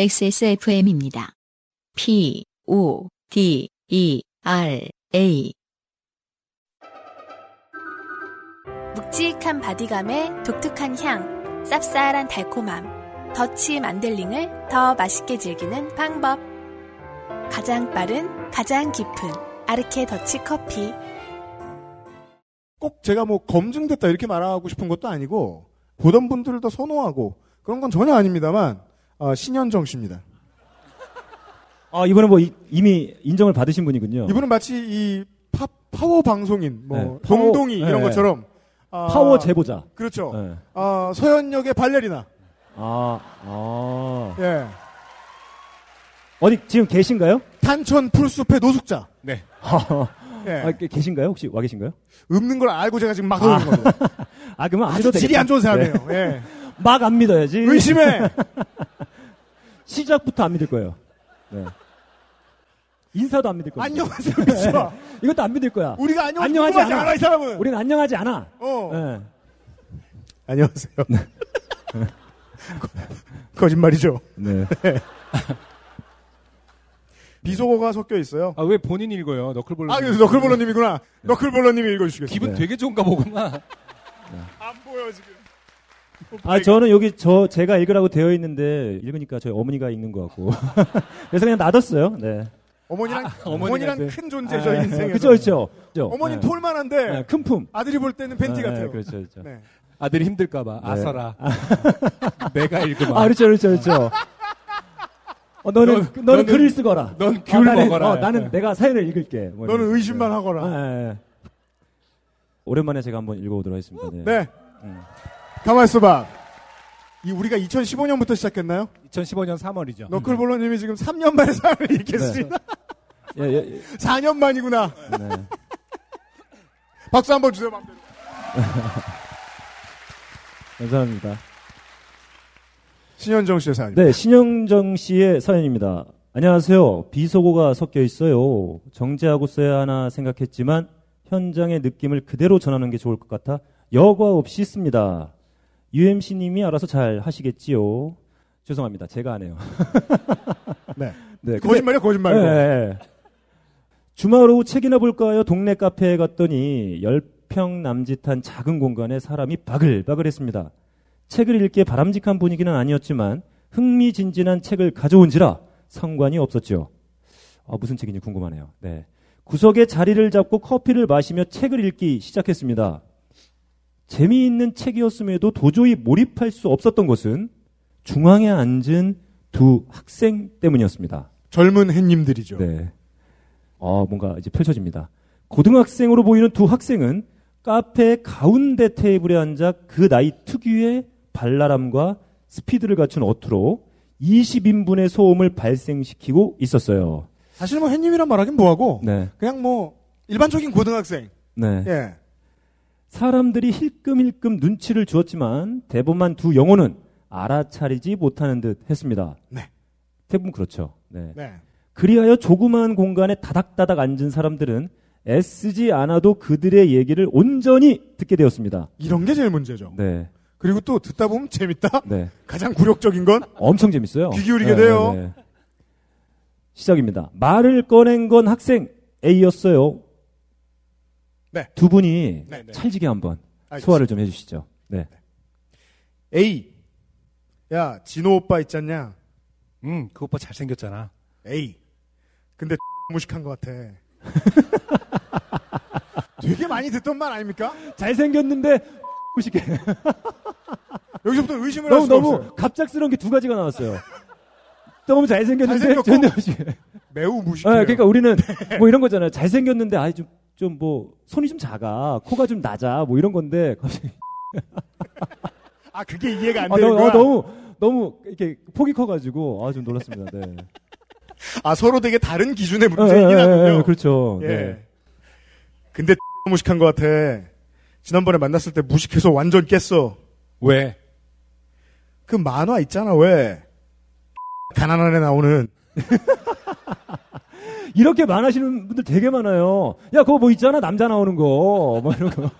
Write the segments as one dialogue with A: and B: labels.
A: XSFM입니다. P, O, D, E, R, A.
B: 묵직한 바디감에 독특한 향, 쌉쌀한 달콤함, 더치 만델링을 더 맛있게 즐기는 방법. 가장 빠른, 가장 깊은 아르케 더치 커피.
C: 꼭 제가 뭐 검증됐다 이렇게 말하고 싶은 것도 아니고 보던 분들을 더 선호하고 그런 건 전혀 아닙니다만 어, 신현정 씨입니다.
D: 아, 이번에 뭐 이, 미 인정을 받으신 분이군요.
C: 이분은 마치 이 파, 파워 방송인 뭐
D: 어. 네, 파워,
C: 동동이 이런
D: 네.
C: 것처럼 아,
D: 파워 제보자.
C: 그렇죠.
D: 네.
C: 아, 서현역의 발레리나.
D: 아, 아.
C: 예.
D: 어디 지금 계신가요?
C: 탄천 풀숲의 노숙자.
E: 네.
C: 예.
D: 아, 게- 계신가요? 혹시 와 계신가요?
C: 없는 걸 알고 제가 지금 막 오는 거예요.
D: 아, 그러면 안 믿어도
C: 아주
D: 되겠다.
C: 질이 안 좋은 사람이에요.
D: 네.
C: 예.
D: 막안 믿어야지.
C: 의심해.
D: 시작부터 안 믿을 거예요. 네. 인사도 안 믿을 거예요.
C: 안녕하세요, 미쳐.
D: 이것도 안 믿을 거야.
C: 우리가 안녕
D: 네. 안녕하지 않아.
C: 이 사람은.
D: 우린 안녕하지 않아.
C: 어.
D: 네.
C: 안녕하세요. 거- 거짓말이죠.
D: 네.
C: 비속어가 섞여 있어요.
E: 아, 왜 본인 읽어요? 너클볼로.
C: 아, 그래서 너클볼러님이구나. 너클볼러님이 읽어주시겠어요.
E: 기분 되게 좋은가 보구나.
C: 안 보여 지금.
D: 아, 저는 여기 저 제가 읽으라고 되어 있는데 읽으니까 저희 어머니가 읽는 것 같고. 그래서 그냥 놔뒀어요. 네.
C: 아, 어머니랑
E: 어머니가
C: 어머니랑
E: 이제-
C: 큰 존재죠 그- 인생에서.
D: 그렇죠, 그렇죠.
C: 어머니
D: 네.
C: 톨만한데
D: 네, 큰 품.
C: 아들이 볼 때는 팬티
D: 아,
C: 같아요.
D: 네, 그렇죠, 그렇죠.
C: 네.
E: 아들이 힘들까봐. 아서라. 내가 읽으면.
D: 아, 그렇죠, 그렇죠, 그렇죠. 어, 너는,
E: 넌-
D: 너는,
E: 너는-
D: 글을 쓰거라.
E: 넌
D: 아,
E: 귤
D: 나는,
E: 먹어라.
D: 어, 나는 내가 사연을 읽을게. 뭐
C: 너는
D: 이런.
C: 의심만
D: 아,
C: 하거라.
D: 아, 아. 오랜만에 제가 한번 읽어보도록 하겠습니다. 네.
C: 네. 가만 있어봐. 이 우리가 2015년부터 시작했나요?
E: 2015년 3월이죠.
C: 너클볼러님이 지금 3년 만에 사연을 읽겠습니다.
D: 예, 예, 예.
C: 4년 만이구나.
D: 네.
C: 박수 한번 주세요. 마음대로.
D: 감사합니다.
C: 신현정 씨의 사연입니다.
D: 네, 신영정 씨의 사연입니다. 안녕하세요. 비속어가 섞여 있어요. 정제하고 써야 하나 생각했지만 현장의 느낌을 그대로 전하는 게 좋을 것 같아 여과 없이 씁니다. UMC님이 알아서 잘 하시겠지요. 죄송합니다. 제가 안 해요.
C: 네.
D: 네, 근데-
C: 거짓말이야 거짓말.
D: 예, 예. 주말 오후 책이나 볼까요? 동네 카페에 갔더니 10평 남짓한 작은 공간에 사람이 바글바글했습니다. 책을 읽기에 바람직한 분위기는 아니었지만 흥미진진한 책을 가져온지라 상관이 없었죠. 아, 무슨 책인지 궁금하네요. 네. 구석에 자리를 잡고 커피를 마시며 책을 읽기 시작했습니다. 재미있는 책이었음에도 도저히 몰입할 수 없었던 것은 중앙에 앉은 두 학생 때문이었습니다.
C: 젊은 햇님들이죠.
D: 네. 아, 뭔가 이제 펼쳐집니다. 고등학생으로 보이는 두 학생은 카페 가운데 테이블에 앉아 그 나이 특유의 발랄함과 스피드를 갖춘 어투로 20인분의 소음을 발생시키고 있었어요.
C: 사실 뭐 햇님이란 말하긴 뭐하고
D: 네.
C: 그냥 뭐 일반적인 고등학생.
D: 네.
C: 예.
D: 사람들이 힐끔힐끔 눈치를 주었지만 대부분 두 영혼은 알아차리지 못하는 듯 했습니다.
C: 네.
D: 대부분 그렇죠. 네.
C: 네.
D: 그리하여 조그마한 공간에 다닥다닥 앉은 사람들은 애쓰지 않아도 그들의 얘기를 온전히 듣게 되었습니다.
C: 이런 게 제일 문제죠.
D: 네.
C: 그리고 또 듣다 보면 재밌다.
D: 네.
C: 가장 굴욕적인 건
D: 엄청 재밌어요. 네,
C: 귀 기울이게 돼요.
D: 시작입니다. 말을 꺼낸 건 학생 A였어요.
C: 네.
D: 두 분이
C: 네, 네.
D: 찰지게 한번
C: 알겠습니다.
D: 소화를 좀 해주시죠. 네.
C: A. 야, 진호 오빠 있잖냐?
E: 음, 그 오빠 잘생겼잖아.
C: A. 근데 무식한 것 같아. 되게 많이 듣던 말 아닙니까?
D: 잘생겼는데 쉽게
C: 여기서부터 의심을 할
D: 너무
C: 수가
D: 너무
C: 없어요.
D: 갑작스러운 게 두 가지가 나왔어요. 너무 잘생겼는데
C: 잘생겼고.
D: 존나 무식해.
C: 매우 무식해요. 네.
D: 아, 그러니까 우리는 뭐 이런 거잖아요. 잘생겼는데 아이 좀좀 뭐 손이 좀 작아, 코가 좀 낮아, 뭐 이런 건데 갑자기
C: 아, 그게 이해가 안
D: 아,
C: 되는
D: 너무,
C: 거야.
D: 아, 너무 너무 이렇게 폭이 커가지고 아 좀 놀랐습니다. 네.
C: 아, 서로 되게 다른 기준의
D: 예,
C: 문제이긴
D: 예, 예,
C: 하군요.
D: 예, 그렇죠.
C: 예.
D: 네.
C: 근데 무식한 것 같아. 지난번에 만났을 때 무식해서 완전 깼어.
E: 왜?
C: 그 만화 있잖아, 왜? 가난한 애 나오는.
D: 이렇게 말하시는 분들 되게 많아요. 야, 그거 뭐 있잖아. 남자 나오는 거. 뭐 이런 거.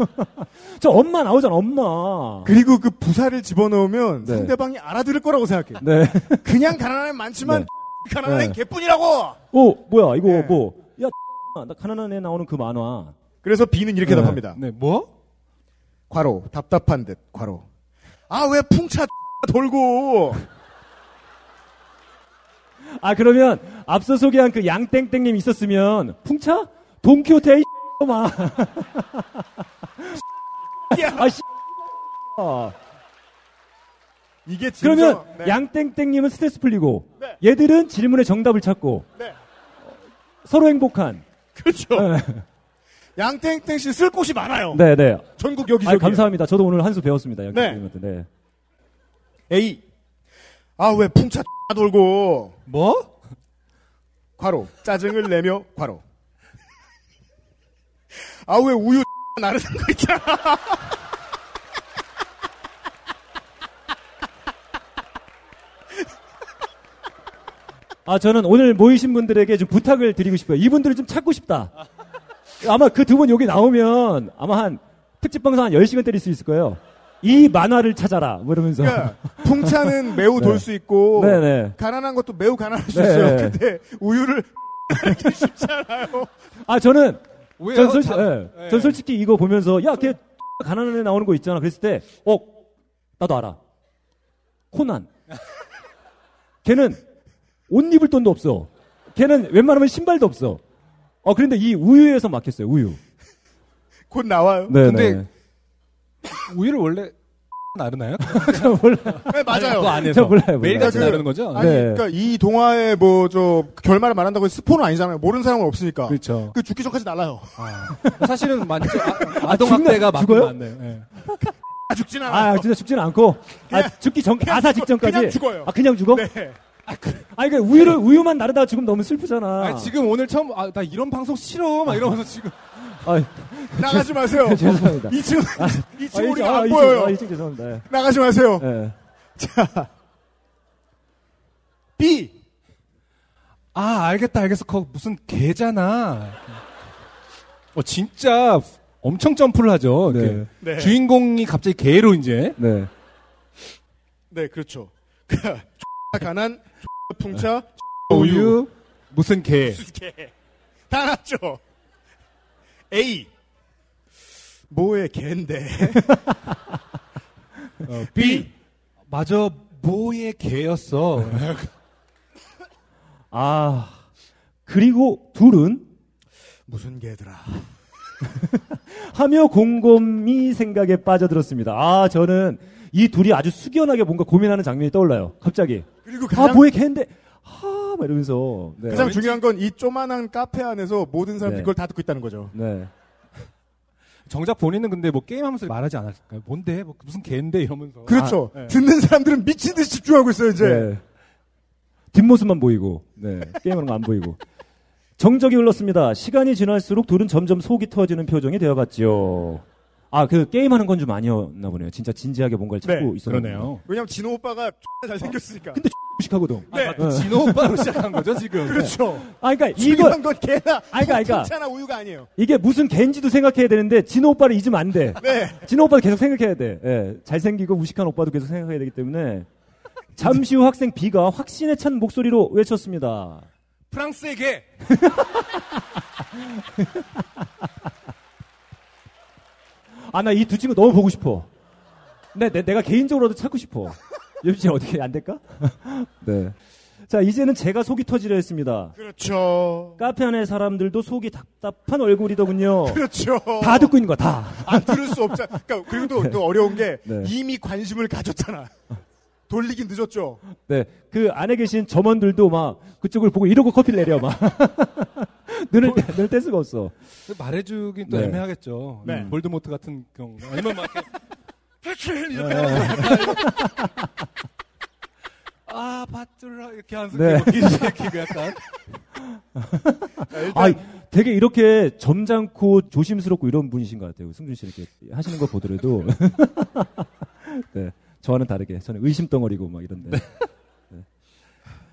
D: 저 엄마 나오잖아, 엄마.
C: 그리고 그 부사를 집어넣으면
D: 네.
C: 상대방이 알아들을 거라고 생각해요.
D: 네.
C: 그냥 가난한 애 많지만 가난한 애
D: 네.
C: 개뿐이라고.
D: 오, 뭐야, 이거
C: 네.
D: 뭐. 야, 나 가난한 애 나오는 그 만화.
C: 그래서 B는 이렇게
D: 네.
C: 답합니다.
E: 네, 뭐?
C: 과로 답답한 듯 과로. 아 왜 풍차 돌고
D: 아, 그러면 앞서 소개한 그 양땡땡님 있었으면 풍차? 동키호테 이 마. 아, 씨. 아.
C: 이게 진짜
D: 그러면
C: 네.
D: 양땡땡님은 스트레스 풀리고
C: 네.
D: 얘들은 질문의 정답을 찾고
C: 네.
D: 서로 행복한.
C: 그렇죠. 양땡땡 씨 쓸 곳이 많아요.
D: 네, 네.
C: 전국 여기저기.
D: 아, 감사합니다. 저도 오늘 한 수 배웠습니다. 양땡땡님한테. 네.
C: A. 아 왜 풍차 돌고
E: 뭐?
C: 과로 짜증을 내며 과로. 아 왜 우유 나르는 거 있잖아.
D: 아, 저는 오늘 모이신 분들에게 좀 부탁을 드리고 싶어요. 이분들을 좀 찾고 싶다. 아마 그 두 분 여기 나오면 아마 한 특집 방송 한 10시간 때릴 수 있을 거예요. 이 만화를 찾아라. 뭐 이러면서.
E: 예.
C: 그러니까 풍차는 매우 돌 수 있고
D: 네, 네.
C: 가난한 것도 매우 가난할 수
D: 네.
C: 있어요. 근데 우유를
D: 아, 저는
E: 왜요?
D: 전, 솔직,
E: 자-
D: 예.
E: 예.
D: 전 솔직히 이거 보면서 야, 걔 가난한 애 나오는 거 있잖아. 그랬을 때, 어, 나도 알아. 코난. 걔는 옷 입을 돈도 없어. 걔는 웬만하면 신발도 없어. 어, 그런데 이 우유에서 막혔어요. 우유.
C: 곧 나와요.
D: 네,
E: 근데
D: 네.
E: 우유를 원래 나르나요?
D: 저 몰라요.
C: 네, 맞아요.
E: 그거 안에서
D: 저 몰라요. 몰라요.
E: 매일같이
C: 그-
E: 나르는 거죠?
C: 아니,
D: 네.
C: 그러니까 이 동화의 뭐 저 결말을 말한다고 해서 스포는 아니잖아요. 모르는 사람은 없으니까.
E: 그렇죠.
C: 그 죽기 전까지 날라요.
E: 사실은 맞죠. 아, 동 학대가 맞긴
D: 죽어요?
E: 맞네요. 예.
C: 아 죽진 않아요.
D: 아, 진짜 죽지는 않고. 아, 죽기 전, 아사
C: 죽어-
D: 직전까지.
C: 그냥 죽어요.
D: 아, 그냥 죽어?
C: 네.
D: 아니, 그 우유를, 우유만 나르다가 죽으면 너무 슬프잖아.
E: 아니, 지금 오늘 처음 아, 나 이런 방송 싫어 막 이러면서 지금
D: 아,
C: 나가지 마세요.
D: 죄송합니다.
C: 2층 이층
D: 아,
C: 우리가
D: 아,
C: 안
D: 이쪽-
C: 보여요.
D: 아, 이쪽 죄송합니다. 예.
C: 나가지 마세요.
D: 예.
C: 자. B.
E: 아 알겠다 알겠어 그거 무슨 개잖아. 어 진짜 엄청 점프를 하죠. 이렇게.
D: 네.
C: 네.
E: 주인공이 갑자기 개로 이제
D: 네.
C: 네, 그렇죠. 그러니까 X가 가난 X가 풍차
E: 우유 무슨 개.
C: 다 났죠. A. 뭐의 개인데.
E: 어, B 맞아 뭐의 개였어.
D: 아, 그리고 둘은
C: 무슨 개더라.
D: 하며 곰곰이 생각에 빠져들었습니다. 아, 저는 이 둘이 아주 숙연하게 뭔가 고민하는 장면이 떠올라요. 갑자기.
C: 그리고
D: 아,
C: 가장
D: 뭐에 걔인데, 하, 막 이러면서. 네.
C: 가장 중요한 건 이 조만한 카페 안에서 모든 사람들이
D: 네.
C: 그걸 다 듣고 있다는 거죠.
D: 네.
E: 정작 본인은 근데 뭐 게임하면서 말하지 않았을까요? 뭔데 뭐 무슨 개인데 이러면서.
C: 그렇죠.
E: 아, 네.
C: 듣는 사람들은 미친 듯이 집중하고 있어요, 이제.
D: 네. 뒷모습만 보이고, 네. 게임하는 거 안 보이고. 정적이 흘렀습니다. 시간이 지날수록 둘은 점점 속이 터지는 표정이 되어갔지요. 아, 그 게임하는 건 좀 아니었나 보네요. 진짜 진지하게 뭔가를
C: 네,
D: 찾고 있었네요.
E: 그러네요.
C: 왜냐면 진호 오빠가 잘생겼으니까.
D: 근데 무식하거든.
E: 아, 맞다. 진호 오빠로 시작한 거죠 지금.
C: 그렇죠.
D: 아, 그러니까 이거
C: 중요한 건 개나
D: 아니, 그러니까, 그러니까.
C: 풍차나 우유가 아니에요.
D: 이게 무슨 갠지도 생각해야 되는데 진호 오빠를 잊으면 안 돼.
C: 네.
D: 진호 오빠도 계속 생각해야 돼. 예, 잘생기고 무식한 오빠도 계속 생각해야 되기 때문에 잠시 후 학생 B가 확신에 찬 목소리로 외쳤습니다.
E: 프랑스의 개.
D: 아 나 이 두 친구 너무 보고 싶어. 네, 내, 내가 개인적으로도 찾고 싶어. 요즘 어떻게 안 될까? 네. 자 이제는 제가 속이 터지려 했습니다.
C: 그렇죠.
D: 카페 안의 사람들도 속이 답답한 얼굴이더군요.
C: 그렇죠.
D: 다 듣고 있는 거야 다.
C: 안 들을 수 없잖아. 그러니까 그리고 또, 또 어려운 게
D: 네.
C: 이미 관심을 가졌잖아. 돌리긴 늦었죠.
D: 네, 그 안에 계신 점원들도 막 그쪽을 보고 이러고 커피를 내려 막 눈을 떼- 눈을 뗄 수가 없어.
E: 말해주긴 또
D: 네.
E: 애매하겠죠.
C: 네.
E: 음, 볼드모트 같은 경우. 아니면 막 이렇게 어, 패트린 이렇게 아 바툴라 이렇게 하면서
D: 네.
E: 이렇게 기시키고 약간
D: 아, 되게 이렇게 점잖고 조심스럽고 이런 분이신 것 같아요. 승준 씨 이렇게 하시는 거 보더라도 네, 저와는 다르게 저는 의심 덩어리고 막 이런데.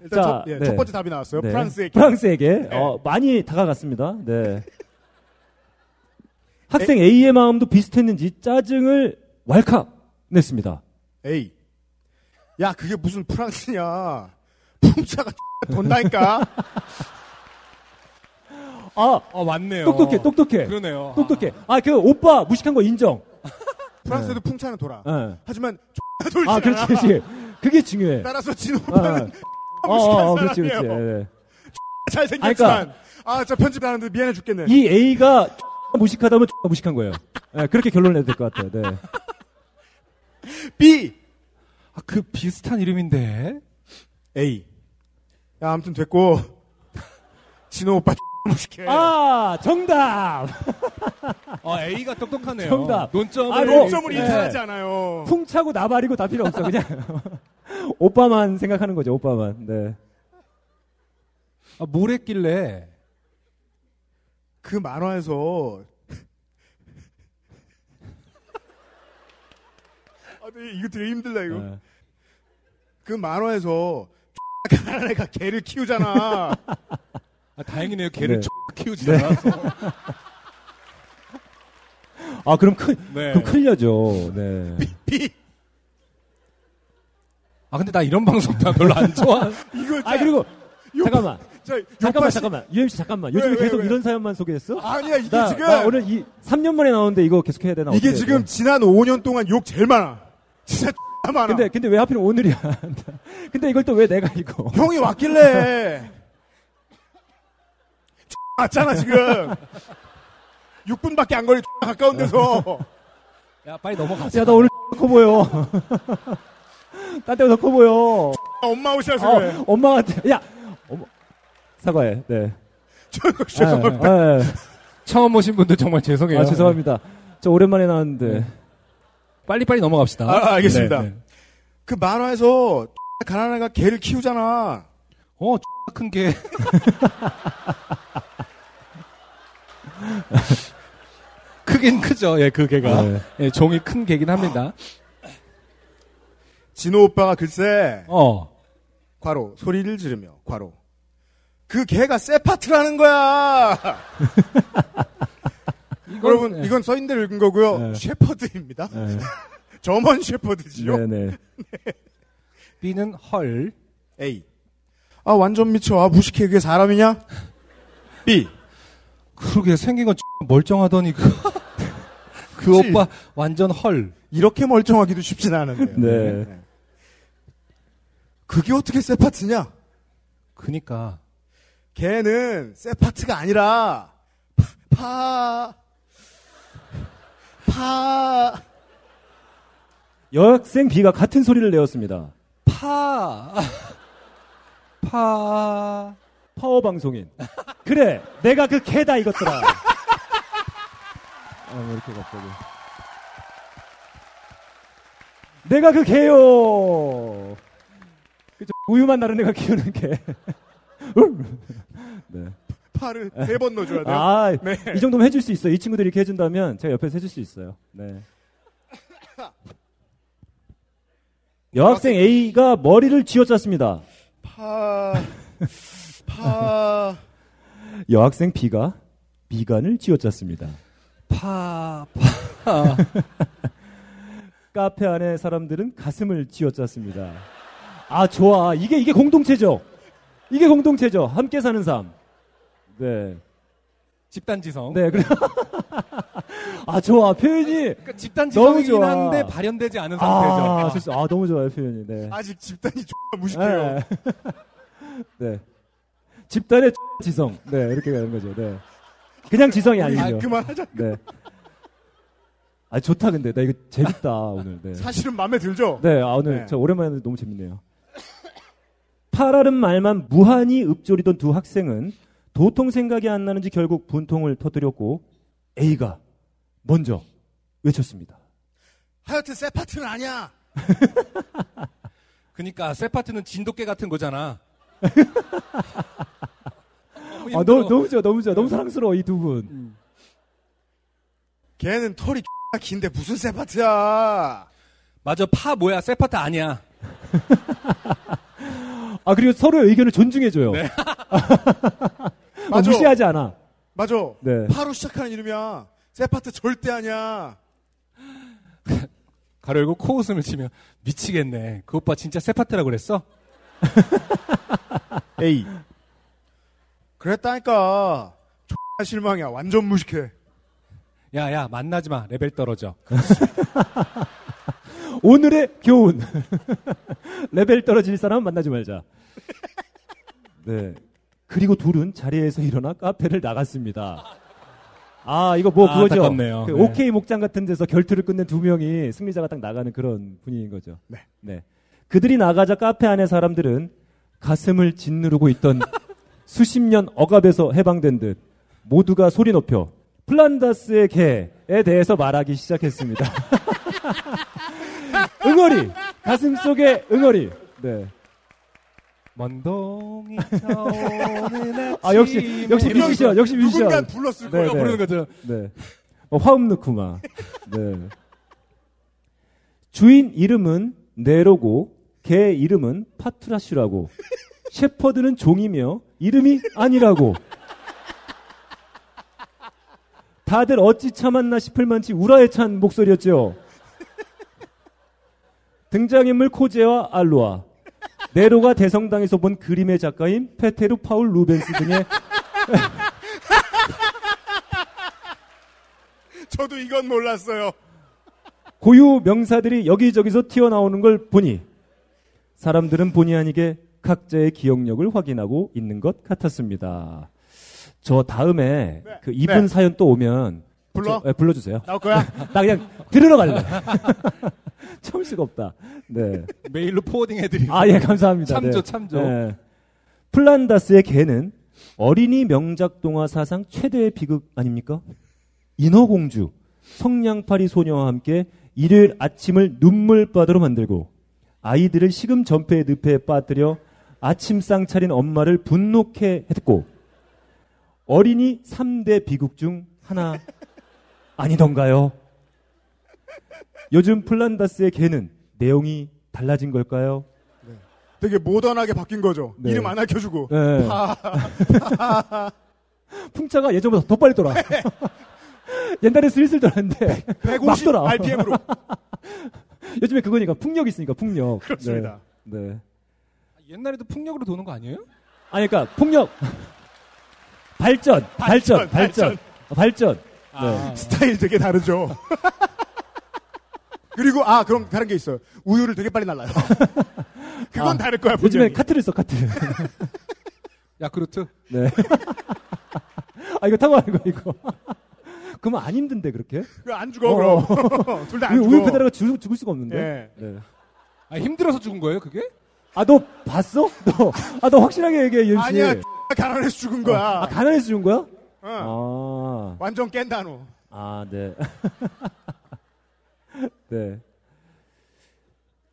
C: 일단
D: 자,
C: 첫, 예,
D: 네.
C: 첫 번째 답이 나왔어요.
D: 네.
C: 프랑스의 길. 네.
D: 프랑스에게 어, 많이 다가갔습니다. 네. 학생 A의 마음도 비슷했는지 짜증을 왈칵 냈습니다.
C: 에이. 야, 그게 무슨 프랑스냐. 풍차가 돈다니까.
D: 아
E: 어, 맞네요.
D: 똑똑해 똑똑해
E: 그러네요.
D: 똑똑해. 아 그 오빠 무식한 거 인정.
C: 프랑스에도 풍차는 돌아.
D: 예.
C: 하지만 X나 돌지
D: 아
C: 않아.
D: 그렇지 그렇지. 그게 중요해.
C: 따라서
D: 아,
C: 진오빠는
D: 어, 어, 어, 그렇지 그렇지. 예, 예.
C: 잘생겼지만. 아, 저 편집 안 하는데 미안해 죽겠네.
D: 그러니까 이 A가 무식하다면 무식한 거예요. 예, 그렇게 결론 내도 될 것 같아요. 네.
C: B.
E: 아, 그 비슷한 이름인데.
C: A. 야, 아무튼 됐고. 진호 오빠
D: 어?
C: 무식해.
D: 아 정답.
E: 아, A가 똑똑하네요.
D: 정답.
E: 논점을.
D: 아,
C: 논점을
D: 네.
C: 인터하지 않아요.
D: 풍차고 나발이고 다 필요 없어 그냥 오빠만 생각하는 거죠 오빠만 네
E: 아, 뭘 했길래.
C: 그 만화에서 아, 근데 이거 되게 힘들다 이거.
D: 네.
C: 그 만화에서 가난한 애가 개를 키우잖아.
E: 아, 다행이네요. 걔를
D: 네.
E: 네. 키우지 않아서.
D: 아 그럼 큰
E: 네.
D: 그럼 클려죠 네
C: 비
E: 아, 근데 나 이런 방송 다 별로 안 좋아.
C: 이거
D: 아 그리고
C: 요-
D: 잠깐만
C: 자,
D: 잠깐만
C: 요파 씨-
D: 잠깐만 UMC 잠깐만
C: 왜,
D: 요즘에
C: 왜,
D: 계속
C: 왜?
D: 이런 사연만 소개했어?
C: 아니야 이게
D: 나,
C: 지금
D: 나 오늘 이 3년 만에 나오는데 이거 계속 해야 되나
C: 이게
D: 어떻게
C: 지금
D: 해야 돼?
C: 지난 5년 동안 욕 제일 많아. 진짜 X나 많아.
D: 네. 근데 근데 왜 하필 오늘이야 근데 이걸 또 왜 내가 이거
C: 형이 왔길래 왔잖아 지금. 6분밖에 안 걸리 가까운
D: 어.
C: 데서
E: 야, 빨리 넘어가자.
D: 야 나 오늘 커 보여 딴 데보다 커 보여
C: 엄마 오셔서 그래.
D: 어, 엄마 같아 야 어머. 사과해 네
C: 저- 죄송합니다.
D: 아, 아, 아.
E: 처음 오신 분들 정말 죄송해요. 네.
D: 아, 죄송합니다. 저 오랜만에 나왔는데.
E: 빨리빨리 넘어갑시다.
C: 아, 알겠습니다.
E: 네, 네.
C: 그 만화에서 가난한 애가 개를 키우잖아.
E: 어, 큰 개. 크긴 크죠. 예, 그 개가.
D: 네.
E: 예, 종이 큰 개긴 합니다.
C: 진호 오빠가 글쎄
E: 어.
C: 과로 소리를 지르며 과로 그 개가 세파트라는 거야. 여러분 이건 써있는 대로 읽은 거고요.
D: 네.
C: 셰퍼드입니다. 점원 셰퍼드지요.
D: 네네.
E: B는 헐.
C: A. 아 완전 미쳐. 아 무식해 그게 사람이냐? B.
E: 그러게 생긴 건 멀쩡하더니 그, 그
C: 그치?
E: 오빠 완전 헐.
C: 이렇게 멀쩡하기도 쉽진 않은데요.
D: 네.
C: 그게 어떻게 세파트냐?
E: 그니까.
C: 걔는 세파트가 아니라 파, 파, 파.
D: 여학생 B가 같은 소리를 내었습니다.
E: 파. 파.
D: 파워 방송인. 그래, 내가 그 개다 이것더라. 아, 왜 이렇게 갑자기. 내가 그 개요. 그저 우유만 나른 애가 키우는 개. 음. 네.
C: 파를 세 번 넣어줘야 돼요. 아,
D: 아,
C: 네.
D: 이 정도면 해줄 수 있어요. 이 친구들이 이렇게 해준다면 제가 옆에서 해줄 수 있어요. 네. 여학생 A가 머리를 쥐어짰습니다.
C: 파, 파.
D: 여학생 B가 미간을 쥐어짰습니다.
E: 파. 파.
D: 카페 안에 사람들은 가슴을 쥐어짰습니다. 아, 좋아. 이게, 이게 공동체죠. 이게 공동체죠. 함께 사는 삶. 네.
E: 집단지성.
D: 네, 그래. 아, 좋아. 표현이.
E: 그러니까
D: 너무
E: 집단지성이긴
D: 좋아.
E: 한데 발현되지 않은 상태죠.
D: 아, 좋습니다. 아, 너무 좋아요. 표현이. 네.
C: 아직 집단이 X가 무식해요.
D: 네. 네. 집단의 지성. 네, 이렇게 가는 거죠. 네. 그냥 지성이
C: 아,
D: 아니죠.
C: 그만하자.
D: 네. 아, 좋다, 근데. 나 이거 재밌다, 오늘. 네.
C: 사실은 마음에 들죠?
D: 네, 아, 오늘
C: 네.
D: 저 오랜만에 너무 재밌네요. 파라른 말만 무한히 읊조리던 두 학생은 도통 생각이 안 나는지 결국 분통을 터뜨렸고 A가 먼저 외쳤습니다.
C: 하여튼 세파트는 아니야.
E: 그니까 그러니까 세파트는 진돗개 같은 거잖아.
D: 아, 너무, 너무 좋아, 너무 좋아. 너무 사랑스러워, 이 두 분.
C: 음. 걔는 털이 X가 긴데 무슨
D: 아,
C: 세파트야.
E: 맞아 파 뭐야 세파트 아니야.
D: 아 그리고 서로의 의견을 존중해줘요. 아,
C: 네. 맞아.
D: 무시하지 않아.
C: 맞아.
D: 네.
C: 파로 시작하는 이름이야. 세파트 절대 아니야.
E: 가로 열고 코웃음을 치며 미치겠네. 그 오빠 진짜 세파트라고 그랬어?
C: 에이. 그랬다니까. x 실망이야. 완전 무식해.
E: 야야 만나지 마. 레벨 떨어져.
D: 오늘의 교훈. 레벨 떨어질 사람 만나지 말자. 네. 그리고 둘은 자리에서 일어나 카페를 나갔습니다. 아, 이거 뭐
E: 아,
D: 그거죠.
E: 안타깝네요.
D: 그
E: 네.
D: 오케이 목장 같은 데서 결투를 끝낸 두 명이 승리자가 딱 나가는 그런 분위기인 거죠.
C: 네.
D: 그들이 나가자 카페 안의 사람들은 가슴을 짓누르고 있던 수십 년 억압에서 해방된 듯 모두가 소리 높여 플란다스의 개에 대해서 말하기 시작했습니다. 응어리 가슴 속에 응어리. 네.
E: 먼동이 오는
D: 아 역시 역시
E: 분명-
D: 뮤지션 역시 뮤지션.
C: 누군가 불렀을
D: 네,
C: 거야.
D: 네.
E: 부르는 거죠.
D: 네. 어, 화음 넣구마. 네. 주인 이름은 네로고 개 이름은 파트라슈라고 셰퍼드는 종이며 이름이 아니라고 다들 어찌 참았나 싶을 만치 우라에 찬 목소리였죠. 등장인물 코제와 알로아 네로가 대성당에서 본 그림의 작가인 페테르 파울 루벤스 등의
C: 저도 이건 몰랐어요.
D: 고유 명사들이 여기저기서 튀어나오는 걸 보니 사람들은 본의 아니게 각자의 기억력을 확인하고 있는 것 같았습니다. 저 다음에
C: 네.
D: 그 이분
C: 네.
D: 사연 또 오면
C: 불러?
D: 저- 예, 불러주세요.
C: 나올 거야?
D: 나 그냥 들으러 갈래. 참을 수가 없다. 네.
E: 메일로 포워딩 해드리고.
D: 아, 예, 감사합니다.
E: 참조,
D: 네.
E: 참조.
D: 네. 플란다스의 개는 어린이 명작 동화 사상 최대의 비극 아닙니까? 인어공주, 성냥팔이 소녀와 함께 일요일 아침을 눈물바다로 만들고 아이들을 시금전폐의 늪에 빠뜨려 아침상 차린 엄마를 분노케 했고 어린이 3대 비극 중 하나 아니던가요? 요즘 플란다스의 개는 내용이 달라진 걸까요?
C: 되게 모던하게 바뀐 거죠.
D: 네.
C: 이름 안 아껴주고.
D: 네. 예. 풍차가 예전보다 더 빨리 돌아.
C: 네.
D: 옛날에 슬슬 돌았는데
C: 150
D: 돌아.
C: RPM으로.
D: 요즘에 그거니까 풍력 있으니까 풍력.
C: 그렇습니다.
D: 네. 네.
E: 아, 옛날에도 풍력으로 도는 거 아니에요?
D: 아니 그러니까 풍력 발전, 발전,
C: 발전,
D: 발전, 어, 발전.
E: 아.
D: 네.
C: 스타일 되게 다르죠. 그리고 아 그럼 다른 게 있어요. 우유를 되게 빨리 날라요. 그건
D: 아,
C: 다를 거야.
D: 요즘에
C: 분명히.
D: 카트를 써 카트.
E: 야쿠르트.
D: 네. 아 이거 타고 하는 거 이거. 그러면 안 힘든데 그렇게?
C: 그거 안 죽어 그럼.
D: 어.
C: 둘 다 안
D: 우유,
C: 죽어.
D: 우유 페달가 죽, 죽을 수가 없는데.
C: 예.
D: 네.
E: 아 힘들어서 죽은 거예요 그게?
D: 아 너 봤어? 너 아 너 확실하게 얘기해 윤 씨.
C: 아니야. 가난해서 죽은 거야.
D: 아 가난해서 죽은 거야?
C: 응.
D: 아.
C: 완전 깬 단어.
D: 아, 네. 네.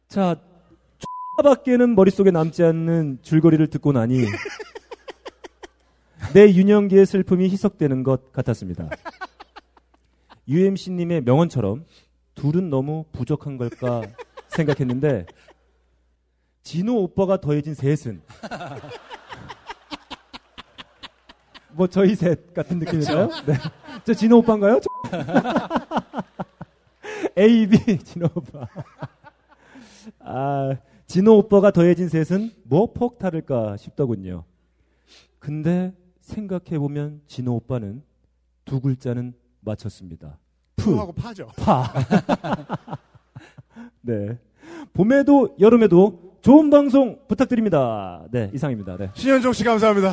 D: 자, X밖에는 머릿속에 남지 않는 줄거리를 듣고 나니 내 유년기의 슬픔이 희석되는 것 같았습니다. UMC님의 명언처럼 둘은 너무 부족한 걸까 생각했는데 진호 오빠가 더해진 셋은 뭐 저희 셋 같은 느낌인가요? 네. 저 진호 오빠인가요? 저- A, B 진호 오빠. 아 진호 오빠가 더해진 셋은 뭐 폭탈을까 싶더군요. 근데 생각해 보면 진호 오빠는 두 글자는 맞췄습니다.
C: 푸하고 파죠.
D: 파. 네. 봄에도 여름에도 좋은 방송 부탁드립니다. 네, 이상입니다. 네.
C: 신현종 씨 감사합니다.